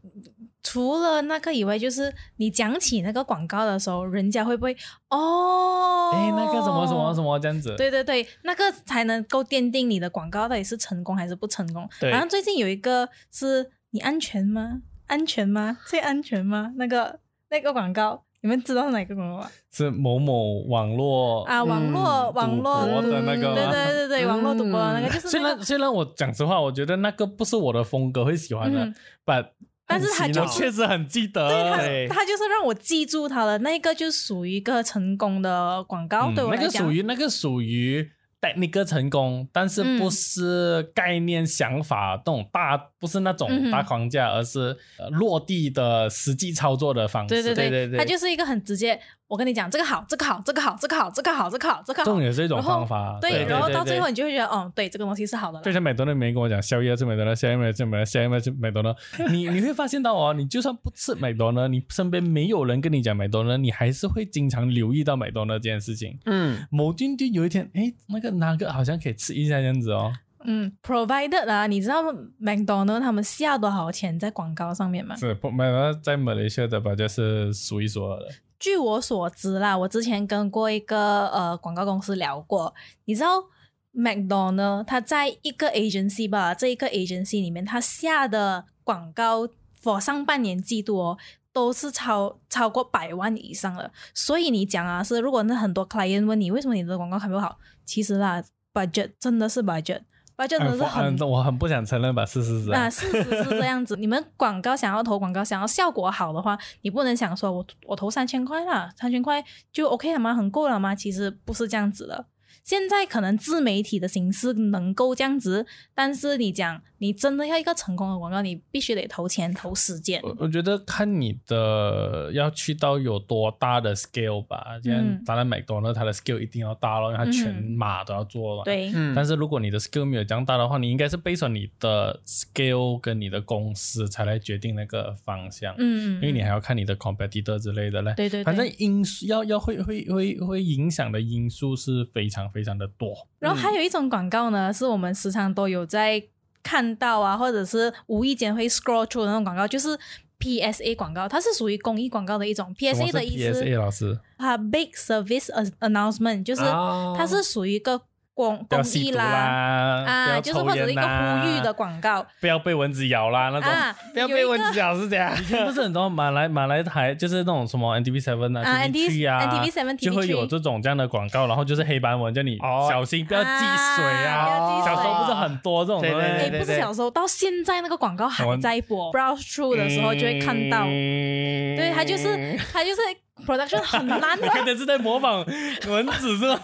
[SPEAKER 4] 除了那个以外，就是你讲起那个广告的时候，人家会不会哦？
[SPEAKER 1] 哎，那个什么什么什么这样子，
[SPEAKER 4] 对对对，那个才能够奠定你的广告到底是成功还是不成功。
[SPEAKER 2] 对
[SPEAKER 4] 好像最近有一个是你安全吗？安全吗？最安全吗？那个那个广告，你们知道是哪个广告吗？
[SPEAKER 1] 是某某网络
[SPEAKER 4] 啊，网络、网络
[SPEAKER 1] 嗯
[SPEAKER 4] 嗯
[SPEAKER 1] 赌博的嗯那个
[SPEAKER 4] 对
[SPEAKER 1] 吗
[SPEAKER 4] 对对对，网络赌博的那个就是
[SPEAKER 1] 虽
[SPEAKER 4] 那
[SPEAKER 1] 然
[SPEAKER 4] 个。
[SPEAKER 1] 虽然我讲实话，我觉得那个不是我的风格，会喜欢的
[SPEAKER 4] 嗯，
[SPEAKER 1] 但
[SPEAKER 4] 但是它
[SPEAKER 1] 很洗
[SPEAKER 4] 就
[SPEAKER 1] 脑我
[SPEAKER 4] 是
[SPEAKER 1] 确实很记得，
[SPEAKER 2] 对
[SPEAKER 4] 他就是让我记住他了，那个就属于一个成功的广告，
[SPEAKER 1] 嗯
[SPEAKER 4] 对我
[SPEAKER 1] 那
[SPEAKER 4] 来
[SPEAKER 1] 个
[SPEAKER 4] 讲，
[SPEAKER 1] 属于那个属于 technical 成功，但是不
[SPEAKER 4] 嗯
[SPEAKER 1] 是概念、想法那种大，不是那
[SPEAKER 4] 嗯
[SPEAKER 1] 种
[SPEAKER 4] 哼
[SPEAKER 1] 大框架，而是呃落地的实际操作的方式。
[SPEAKER 4] 对对
[SPEAKER 2] 对对对
[SPEAKER 4] 它就是一个很直接。我跟你讲，这个好，这个好，这个好，这个好，这个好，这个好，这个
[SPEAKER 1] 这
[SPEAKER 4] 好
[SPEAKER 1] 种。也是一种
[SPEAKER 4] 然后
[SPEAKER 1] 方法。
[SPEAKER 4] 对，
[SPEAKER 2] 对
[SPEAKER 4] 然后
[SPEAKER 2] 对
[SPEAKER 4] 到
[SPEAKER 2] 对
[SPEAKER 4] 最后你就会觉得，哦，对，这个东西是好的
[SPEAKER 1] 就
[SPEAKER 4] 了。
[SPEAKER 1] 像美多人没跟我讲宵夜吃美多人，宵夜没吃美多人，宵夜没吃美多人，你你会发现到哦，你就算不吃美多人，你身边没有人跟你讲美多人，你还是会经常留意到美多人这件事情。
[SPEAKER 2] 嗯，
[SPEAKER 1] 某天就有一天，哎，那个哪个好像可以吃一下这样子哦，
[SPEAKER 4] 嗯，provided 啊，你知道 McDonald 他们下多少钱在广告上面吗？
[SPEAKER 1] 是不？美多在马来西亚的吧，就是数一数二的。
[SPEAKER 4] 据我所知啦，我之前跟过一个呃广告公司聊过，你知道 McDonald 它在一个 agency 吧，这一个 agency 里面，它下的广告 for 上半年季度哦。都是超超过百万以上了，所以你讲啊，是如果那很多 client 问你为什么你的广告还没有好，其实啦，budget 真的是 budget，budget 真的是很
[SPEAKER 1] 嗯，我很不想承认吧，是是是啊。
[SPEAKER 4] 那事实是这样子，你们广告想要投广告，想要效果好的话，你不能想说我我投三千块啦，三千块就 OK 了吗？很够了吗？其实不是这样子的。现在可能自媒体的形式能够这样子，但是你讲你真的要一个成功的广告，你必须得投钱投时间。
[SPEAKER 1] 我我觉得看你的要去到有多大的 scale 吧，既然
[SPEAKER 4] 嗯
[SPEAKER 1] 当然 McDonald 它的 scale 一定要大咯，因为它全
[SPEAKER 4] 嗯
[SPEAKER 1] 马都要做了。。
[SPEAKER 4] 对，
[SPEAKER 2] 嗯
[SPEAKER 1] 但是如果你的 scale 没有这样大的话，你应该是 based on 你的 scale 跟你的公司才来决定那个方向，
[SPEAKER 4] 嗯，
[SPEAKER 1] 因为你还要看你的 competitor 之类的嘞。
[SPEAKER 4] 对对对，
[SPEAKER 1] 反正因素要要会会会会影响的因素是非常非常的多。
[SPEAKER 4] 然后还有一种广告呢，是我们时常都有在看到啊，或者是无意间会 scroll through 的那种广告，就是 PSA 广告，它是属于公益广告的一种。
[SPEAKER 1] 什么
[SPEAKER 4] PSA
[SPEAKER 1] 是
[SPEAKER 4] 的意思
[SPEAKER 1] PSA 老师，啊
[SPEAKER 4] ，Public Service An- Announcement，就是
[SPEAKER 2] 哦
[SPEAKER 4] 它是属于一个公
[SPEAKER 1] 不要
[SPEAKER 4] 公
[SPEAKER 1] 吸
[SPEAKER 4] 益
[SPEAKER 1] 毒
[SPEAKER 4] 啦。啊，
[SPEAKER 1] 啊
[SPEAKER 4] 就是或者是一个呼吁的广告
[SPEAKER 1] 不要被蚊子咬啦那种。
[SPEAKER 4] 啊，
[SPEAKER 2] 不要被
[SPEAKER 4] 有一
[SPEAKER 2] 蚊
[SPEAKER 4] 个
[SPEAKER 2] 子咬是 这样，
[SPEAKER 1] 以 前不是很多马来马来台就是那种什么 NTV Seven 啊、
[SPEAKER 4] 啊
[SPEAKER 1] TV 3啊
[SPEAKER 4] NTV Seven
[SPEAKER 1] 就会有这种这样的广告，然后就是黑白文叫你
[SPEAKER 2] 哦
[SPEAKER 1] 小心不要积水
[SPEAKER 4] 啊
[SPEAKER 1] 啊。
[SPEAKER 4] 不要积
[SPEAKER 1] 小时候
[SPEAKER 4] 水
[SPEAKER 1] 不是很多这种
[SPEAKER 2] 对
[SPEAKER 1] 东
[SPEAKER 2] 对
[SPEAKER 4] 哎，
[SPEAKER 1] 西
[SPEAKER 2] 对
[SPEAKER 4] 不是小时候，到现在那个广告还
[SPEAKER 1] 我
[SPEAKER 4] 在播，browse through 的时候就会看到。
[SPEAKER 1] 嗯
[SPEAKER 4] 对，
[SPEAKER 2] 对
[SPEAKER 4] 它就是它就是 production 很烂的
[SPEAKER 1] 你，看的哎是在模仿蚊子是吗？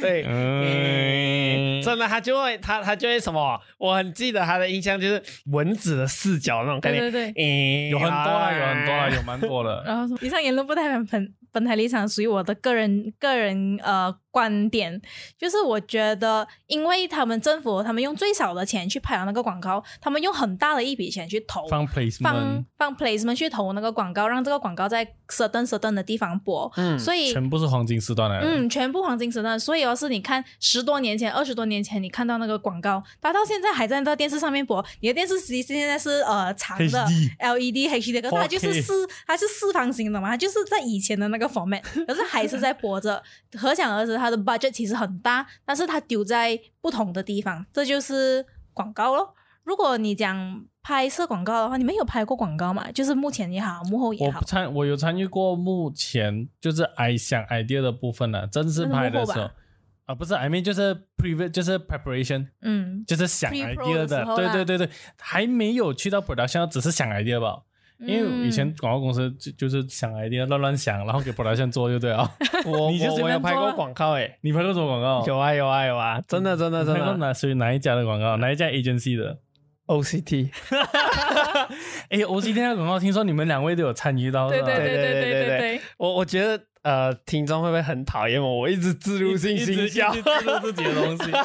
[SPEAKER 2] 对，
[SPEAKER 1] 嗯，
[SPEAKER 2] 真的，他就会他他就会什么？我很记得他的印象就是蚊子的视角那种概
[SPEAKER 4] 对
[SPEAKER 2] 念，
[SPEAKER 4] 对对。
[SPEAKER 2] 嗯
[SPEAKER 1] 有很多啦，有很多啦，有蛮多的。
[SPEAKER 4] 然后说以上言论不代表本本台立场，属于我的个人个人呃观点。就是我觉得，因为他们政府他们用最少的钱去拍了那个广告，他们用很大的一笔钱去投
[SPEAKER 1] 放
[SPEAKER 4] 放
[SPEAKER 1] placement，
[SPEAKER 4] 放 placement 去投那个广告，让这个广告在 certain certain 的地方播。
[SPEAKER 2] 嗯
[SPEAKER 4] 所以
[SPEAKER 1] 全部是黄金时段来的。
[SPEAKER 4] 嗯，全部黄金时段。所以要哦是你看十多年前、二十多年前，你看到那个广告，它到现在还在到电视上面播。你的电视机现在是呃长的 E
[SPEAKER 1] HD
[SPEAKER 4] LED HD 的，可是它就是
[SPEAKER 1] 4K
[SPEAKER 4] 四，它是四方形的嘛，它就是在以前的那个 format，可是还是在播着。可想而知，它的 budget 其实很大，但是它丢在不同的地方，这就是广告咯。如果你讲拍摄广告的话，你们有拍过广告吗？就是幕前也好，幕后也
[SPEAKER 1] 我
[SPEAKER 4] 好，
[SPEAKER 1] 参我有参与过目前就是 I 想 idea 的部分呢、真式拍的时
[SPEAKER 4] 那是幕后
[SPEAKER 1] 候
[SPEAKER 4] 吧
[SPEAKER 1] 啊，不是 I mean 就是 pre 就是 preparation
[SPEAKER 4] 嗯，
[SPEAKER 1] 就是想
[SPEAKER 4] Pre-pro
[SPEAKER 1] idea
[SPEAKER 4] 的时候
[SPEAKER 1] 对
[SPEAKER 4] 啦
[SPEAKER 1] 对对对，还没有去到 production，只是想 idea 吧。因
[SPEAKER 4] 嗯
[SPEAKER 1] 为以
[SPEAKER 2] 嗯
[SPEAKER 1] 前广告公司就就是想 idea 乱乱想，然后给 production 做就对 了。
[SPEAKER 2] 我
[SPEAKER 1] 你就随便
[SPEAKER 2] 我我有拍
[SPEAKER 1] 做
[SPEAKER 2] 过
[SPEAKER 1] 啊哦
[SPEAKER 2] 广告诶，
[SPEAKER 1] 你拍过什么广告？
[SPEAKER 2] 有啊有啊有啊，真的真的真
[SPEAKER 1] 你拍过
[SPEAKER 2] 的
[SPEAKER 1] 哪属于哪一家的广告？哪一家 agency 的？
[SPEAKER 2] OCT，
[SPEAKER 1] 哎，我今天的广告听说你们两位都有参与到，
[SPEAKER 4] 对
[SPEAKER 1] 是吧
[SPEAKER 4] 对对对对
[SPEAKER 2] 对对
[SPEAKER 4] 对，
[SPEAKER 2] 我我觉得呃听众会不会很讨厌我？我一直自入性
[SPEAKER 1] 一直
[SPEAKER 2] 行销
[SPEAKER 1] 一，直记录自己的东西。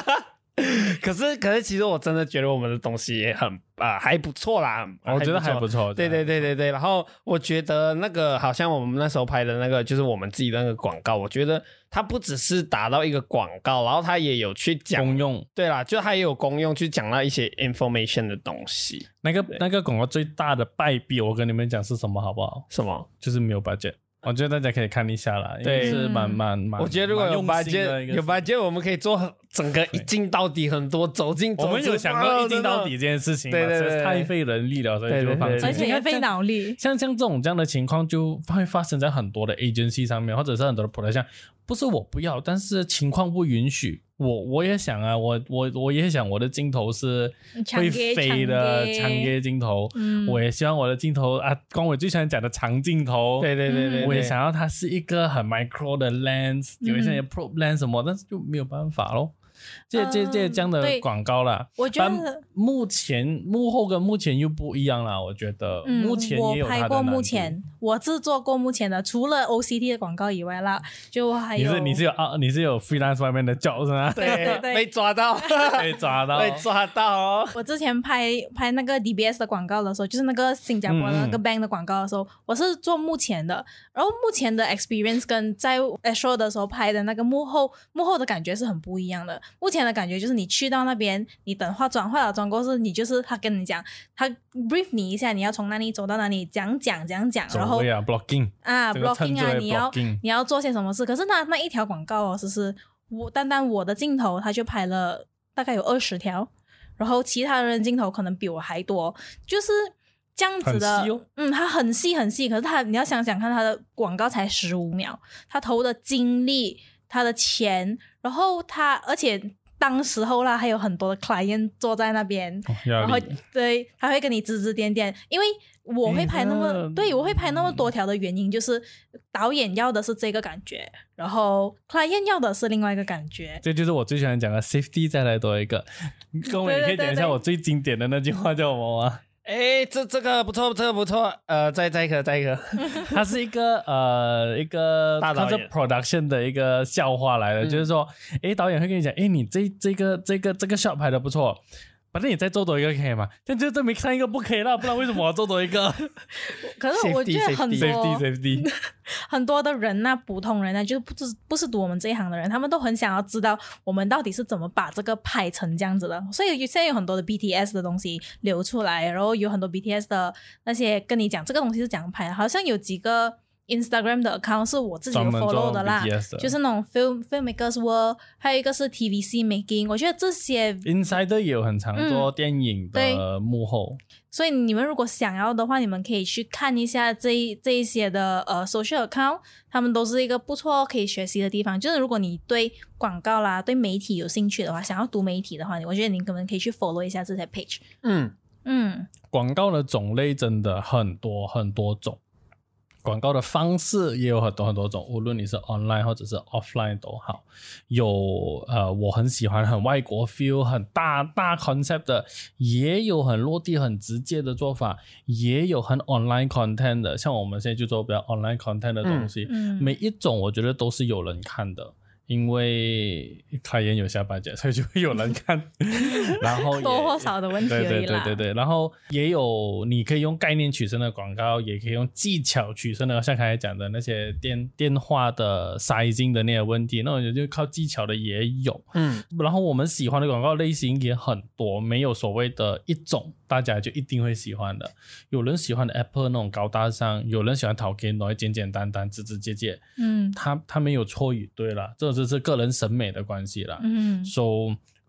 [SPEAKER 2] 可是可是其实我真的觉得我们的东西也很啊、还不错啦，
[SPEAKER 1] 哦我觉得还
[SPEAKER 2] 错
[SPEAKER 1] 不错。
[SPEAKER 2] 对对对对对，然后我觉得那个好像我们那时候拍的那个，就是我们自己的那个广告，我觉得它不只是达到一个广告，然后它也有去讲，
[SPEAKER 1] 公用
[SPEAKER 2] 对啦，就它也有功用去讲到一些 information 的东西，
[SPEAKER 1] 那个
[SPEAKER 2] 对
[SPEAKER 1] 那个广告最大的败笔，我跟你们讲是什么好不好？
[SPEAKER 2] 什么？
[SPEAKER 1] 就是没有 budget。我觉得大家可以看一下啦，因
[SPEAKER 2] 对
[SPEAKER 1] 为是蛮
[SPEAKER 4] 嗯
[SPEAKER 1] 蛮蛮。
[SPEAKER 2] 我觉得如果有
[SPEAKER 1] 蛮用心的
[SPEAKER 2] budget
[SPEAKER 1] 一个
[SPEAKER 2] 有 budget，我们可以做很整个一镜到底，很多走进
[SPEAKER 1] 我们有想过一镜到底这，件事情嘛，
[SPEAKER 2] 对对对
[SPEAKER 1] 实在是太费人力了，所以
[SPEAKER 2] 对
[SPEAKER 1] 就
[SPEAKER 2] 对对
[SPEAKER 1] 放弃。
[SPEAKER 2] 对
[SPEAKER 4] 而且也费脑力。
[SPEAKER 1] 像像这种这样的情况，就会发生在很多的 agency 上面，或者是很多的 production。不是我不要，但是情况不允许，我我也想啊，我我我也想我的镜头是
[SPEAKER 4] 长
[SPEAKER 1] 会
[SPEAKER 4] 街
[SPEAKER 1] 飞的长
[SPEAKER 4] 长街
[SPEAKER 1] 街镜头，
[SPEAKER 4] 嗯
[SPEAKER 1] 我也希望我的镜头啊，光我最喜欢讲的长镜头，
[SPEAKER 2] 对对对对对，
[SPEAKER 1] 嗯我也想要它是一个很 micro 的 lens，、
[SPEAKER 4] 嗯
[SPEAKER 1] 有一些 pro lens 什么，但是就没有办法咯。这这这
[SPEAKER 4] 嗯
[SPEAKER 1] 这样的
[SPEAKER 4] 对
[SPEAKER 1] 广告啦，
[SPEAKER 4] 我觉
[SPEAKER 1] 但
[SPEAKER 4] 得，
[SPEAKER 1] 目前幕后跟幕前又不一样啦，我觉得、
[SPEAKER 4] 嗯，
[SPEAKER 1] 呃目前也有
[SPEAKER 4] 我
[SPEAKER 1] 它的
[SPEAKER 4] 拍过
[SPEAKER 1] 难
[SPEAKER 4] 目
[SPEAKER 1] 度
[SPEAKER 4] 前，我制作过目前的，除了 OCT 的广告以外啦，就还
[SPEAKER 1] 你
[SPEAKER 4] 有
[SPEAKER 1] 是你是有啊，你是有 freelance 外面的 job 是吗？
[SPEAKER 4] 对对对
[SPEAKER 2] 被 抓到，
[SPEAKER 1] 被抓到，
[SPEAKER 2] 被抓到哦。
[SPEAKER 4] 我之前拍拍那个 DBS 的广告的时候，就是那个新加坡的那个
[SPEAKER 1] 嗯嗯
[SPEAKER 4] bank 的广告的时候，我是做幕前的，然后幕前的 experience 跟在 Astro 的时候拍的那个幕后幕后的感觉是很不一样的。幕前的感觉就是你去到那边，你等化妆，化了妆过后是你就是他跟你讲，他 brief 你一下，你要从哪里走到哪里，讲讲讲讲，然
[SPEAKER 1] 走
[SPEAKER 4] 后
[SPEAKER 1] 位啊，blocking，
[SPEAKER 4] 啊
[SPEAKER 1] 这个称
[SPEAKER 4] blocking
[SPEAKER 1] 之
[SPEAKER 4] 啊，
[SPEAKER 1] 为
[SPEAKER 4] 你要
[SPEAKER 1] blocking，
[SPEAKER 4] 你要做些什么事。可是那那一条广告哦，只是我单单我的镜头，他就拍了大概有二十条，然后其他人的镜头可能比我还多，就是这样子的。
[SPEAKER 1] 很细哦
[SPEAKER 4] 嗯，它很细很细，可是它你要想想看，它的广告才十五秒，他投的精力、他的钱，然后他而且。当时候啦，还有很多的 client 坐在那边，
[SPEAKER 1] 哦压
[SPEAKER 4] 然后
[SPEAKER 1] 力。
[SPEAKER 4] 对，他会跟你指指点点，因为我会拍那么、
[SPEAKER 1] 诶那
[SPEAKER 4] 对我会拍那么多条的原因就是导演要的是这个感觉，然后 client 要的是另外一个感觉。
[SPEAKER 1] 这就是我最喜欢讲的 safety，再来多一个。各位，
[SPEAKER 4] 对
[SPEAKER 1] 你可以
[SPEAKER 4] 对
[SPEAKER 1] 讲一下
[SPEAKER 4] 对
[SPEAKER 1] 我最经典的那句话叫什么吗？
[SPEAKER 2] 哎，这这个不错，这个不错。呃，再再一个，再一个，
[SPEAKER 1] 它是一个呃一个
[SPEAKER 2] 大导
[SPEAKER 1] 它是
[SPEAKER 2] 演
[SPEAKER 1] production 的一个笑话来的，
[SPEAKER 2] 嗯
[SPEAKER 1] 就是说，诶，导演会跟你讲，诶，你这这个这个这个 shot 拍的不错。反正你再做多一个可以吗？但就证明上一个不可以了，不然为什么我要做多一 个
[SPEAKER 4] 可是我
[SPEAKER 2] Safety，
[SPEAKER 4] 觉得很多
[SPEAKER 1] safety safety？
[SPEAKER 4] 很多的人呐、普通人呐、就是不是不是读我们这一行的人，他们都很想要知道我们到底是怎么把这个拍成这样子的。所以有现在有很多的 BTS 的东西流出来，然后有很多 BTS 的那些跟你讲这个东西是怎样拍的，好像有几个 Instagram 的 account 是我自己有
[SPEAKER 1] 专门
[SPEAKER 4] follow
[SPEAKER 1] 做
[SPEAKER 4] 的啦。
[SPEAKER 1] BTS 的，
[SPEAKER 4] 就是那种 film filmmakers world，还有一个是 TVC making。我觉得这些，
[SPEAKER 1] Insider 也有很常做电影的
[SPEAKER 4] 嗯对
[SPEAKER 1] 幕后，
[SPEAKER 4] 所以你们如果想要的话，你们可以去看一下这一这一些的呃 social account，他们都是一个不错哦可以学习的地方。就是如果你对广告啦、对媒体有兴趣的话，想要读媒体的话，我觉得你可能可以去 follow 一下这些 page。
[SPEAKER 2] 嗯，
[SPEAKER 4] 嗯，
[SPEAKER 1] 广告的种类真的很多很多种，广告的方式也有很多很多种，无论你是 online 或者是 offline 都好。有呃，我很喜欢很外国 feel、很大大 concept 的，也有很落地、很直接的做法，也有很 online content 的，像我们现在就做比较 online content 的东西，
[SPEAKER 4] 嗯
[SPEAKER 1] 每一种我觉得都是有人看的。因为开眼有下巴角，所以就会有人看， 然哦后也
[SPEAKER 4] 多或少的问题而
[SPEAKER 1] 对
[SPEAKER 4] 已啦。
[SPEAKER 1] 对对对对，然后也有你可以用概念取胜的广告，也可以用技巧取胜的，像刚才讲的那些电电话的塞进的那些问题，那种就靠技巧的也有。
[SPEAKER 2] 嗯，
[SPEAKER 1] 然后我们喜欢的广告类型也很多，没有所谓的一种大家就一定会喜欢的。有人喜欢 Apple 那种高大上，有人喜欢淘 K 那简简单单、直直接接，
[SPEAKER 4] 嗯
[SPEAKER 1] 他他没有错与对啦，这就是个人审美的关系啦。
[SPEAKER 4] 嗯，
[SPEAKER 1] so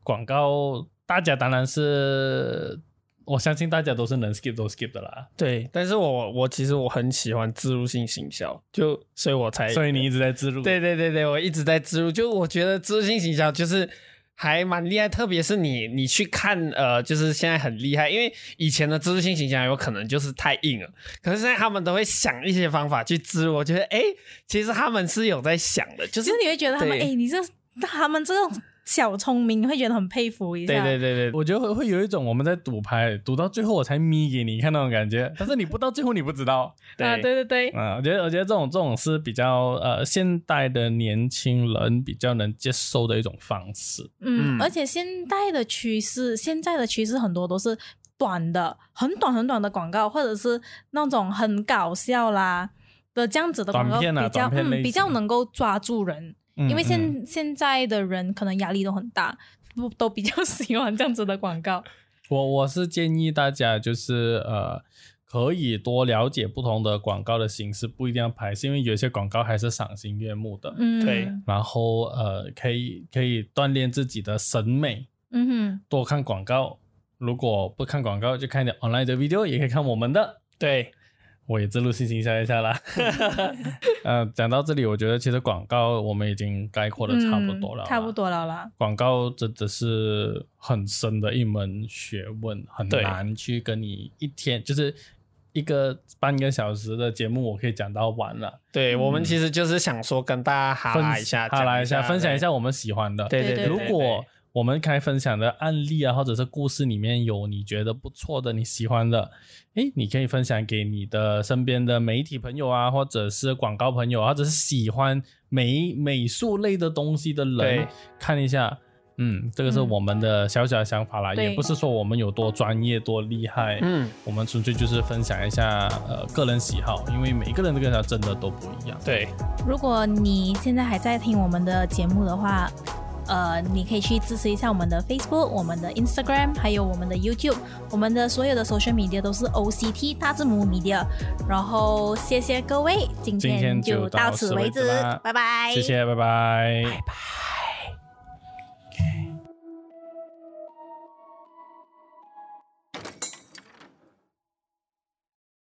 [SPEAKER 1] 广告，大家当然是，我相信大家都是能 skip 都 skip 的啦。
[SPEAKER 2] 对。但是我我其实我很喜欢植入性行销，就所以我才，
[SPEAKER 1] 所以你一直在自入，
[SPEAKER 2] 对对对对，我一直在植入，就我觉得植入性行销就是还蛮厉害，特别是你你去看呃，就是现在很厉害，因为以前的植入性行销有可能就是太硬了，可是现在他们都会想一些方法去植入，我觉得哎，其实他们是有在想的，就
[SPEAKER 4] 其
[SPEAKER 2] 是
[SPEAKER 4] 实你会觉得他们，
[SPEAKER 2] 对
[SPEAKER 4] 哎、你这他们这种小聪明，你会觉得很佩服一下。
[SPEAKER 2] 对对对对，
[SPEAKER 1] 我觉得会会有一种我们在赌牌，赌到最后我才眯给你看那种感 觉，但是你不到最后你不知道。
[SPEAKER 2] 对
[SPEAKER 4] 啊，对对对，
[SPEAKER 1] 啊，我觉得我觉得这种这种是比较呃现代的年轻人比较能接受的一种方式。
[SPEAKER 4] 嗯，
[SPEAKER 2] 嗯
[SPEAKER 4] 而且现代的趋势，现在的趋势很多都是短的，很短很短的广告，或者是那种很搞笑啦的这样子的广告，
[SPEAKER 1] 短片啊
[SPEAKER 4] 比
[SPEAKER 1] 短
[SPEAKER 4] 较
[SPEAKER 1] 片类型
[SPEAKER 4] 嗯比较能够抓住人，
[SPEAKER 1] 嗯
[SPEAKER 4] 因为现、
[SPEAKER 1] 嗯
[SPEAKER 4] 现在的人可能压力都很大，不都比较喜欢这样子的广告。
[SPEAKER 1] 我我是建议大家就是呃。可以多了解不同的广告的形式，不一定要拍，是因为有些广告还是赏心悦目的。
[SPEAKER 4] 嗯，
[SPEAKER 2] 对
[SPEAKER 1] 然后呃，可以可以锻炼自己的审美，
[SPEAKER 4] 嗯哼，
[SPEAKER 1] 多看广告。如果不看广告，就看一点 online 的 video，也可以看我们的。
[SPEAKER 2] 对，
[SPEAKER 1] 我也自录性行销一下啦。
[SPEAKER 4] 嗯
[SPEAKER 1] 呃，讲到这里，我觉得其实广告我们已经概括的差不多了、
[SPEAKER 4] 嗯差不。多了啦。
[SPEAKER 1] 广告真的是很深的一门学问，很
[SPEAKER 2] 对
[SPEAKER 1] 难去跟你一天就是一个半个小时的节目，我可以讲到完了，
[SPEAKER 2] 对我们其实就是想说跟大家哈
[SPEAKER 1] 嗯分
[SPEAKER 2] 拉一下，
[SPEAKER 1] 哈拉一下，分享一
[SPEAKER 2] 对
[SPEAKER 1] 下我们喜欢的。
[SPEAKER 2] 对对
[SPEAKER 4] 对
[SPEAKER 2] 对，
[SPEAKER 1] 如
[SPEAKER 2] 对
[SPEAKER 1] 果我们开分享的案例啊，或者是故事里面有你觉得不错的、你喜欢的，诶，你可以分享给你的身边的媒体朋友啊，或者是广告朋友啊，或者是喜欢美美术类的东西的人
[SPEAKER 2] 对
[SPEAKER 1] 看一下。嗯，这个是
[SPEAKER 4] 嗯
[SPEAKER 1] 我们的小小的想法啦，
[SPEAKER 4] 对
[SPEAKER 1] 也不是说我们有多专业、多厉害，
[SPEAKER 2] 嗯，
[SPEAKER 1] 我们纯粹就是分享一下呃个人喜好，因为每个人的个人喜好真的都不一样。
[SPEAKER 2] 对
[SPEAKER 4] 如果你现在还在听我们的节目的话，呃，你可以去支持一下我们的 Facebook、我们的 Instagram，还有我们的 YouTube，我们的所有的 social media 都是 OCT 大字母 media。然后谢谢各位，今
[SPEAKER 1] 今天
[SPEAKER 4] 天就
[SPEAKER 1] 就到
[SPEAKER 4] 到此
[SPEAKER 1] 此为
[SPEAKER 4] 为
[SPEAKER 1] 止
[SPEAKER 4] 止
[SPEAKER 1] 啦，
[SPEAKER 4] 拜拜，
[SPEAKER 1] 谢谢，拜拜
[SPEAKER 4] 拜拜。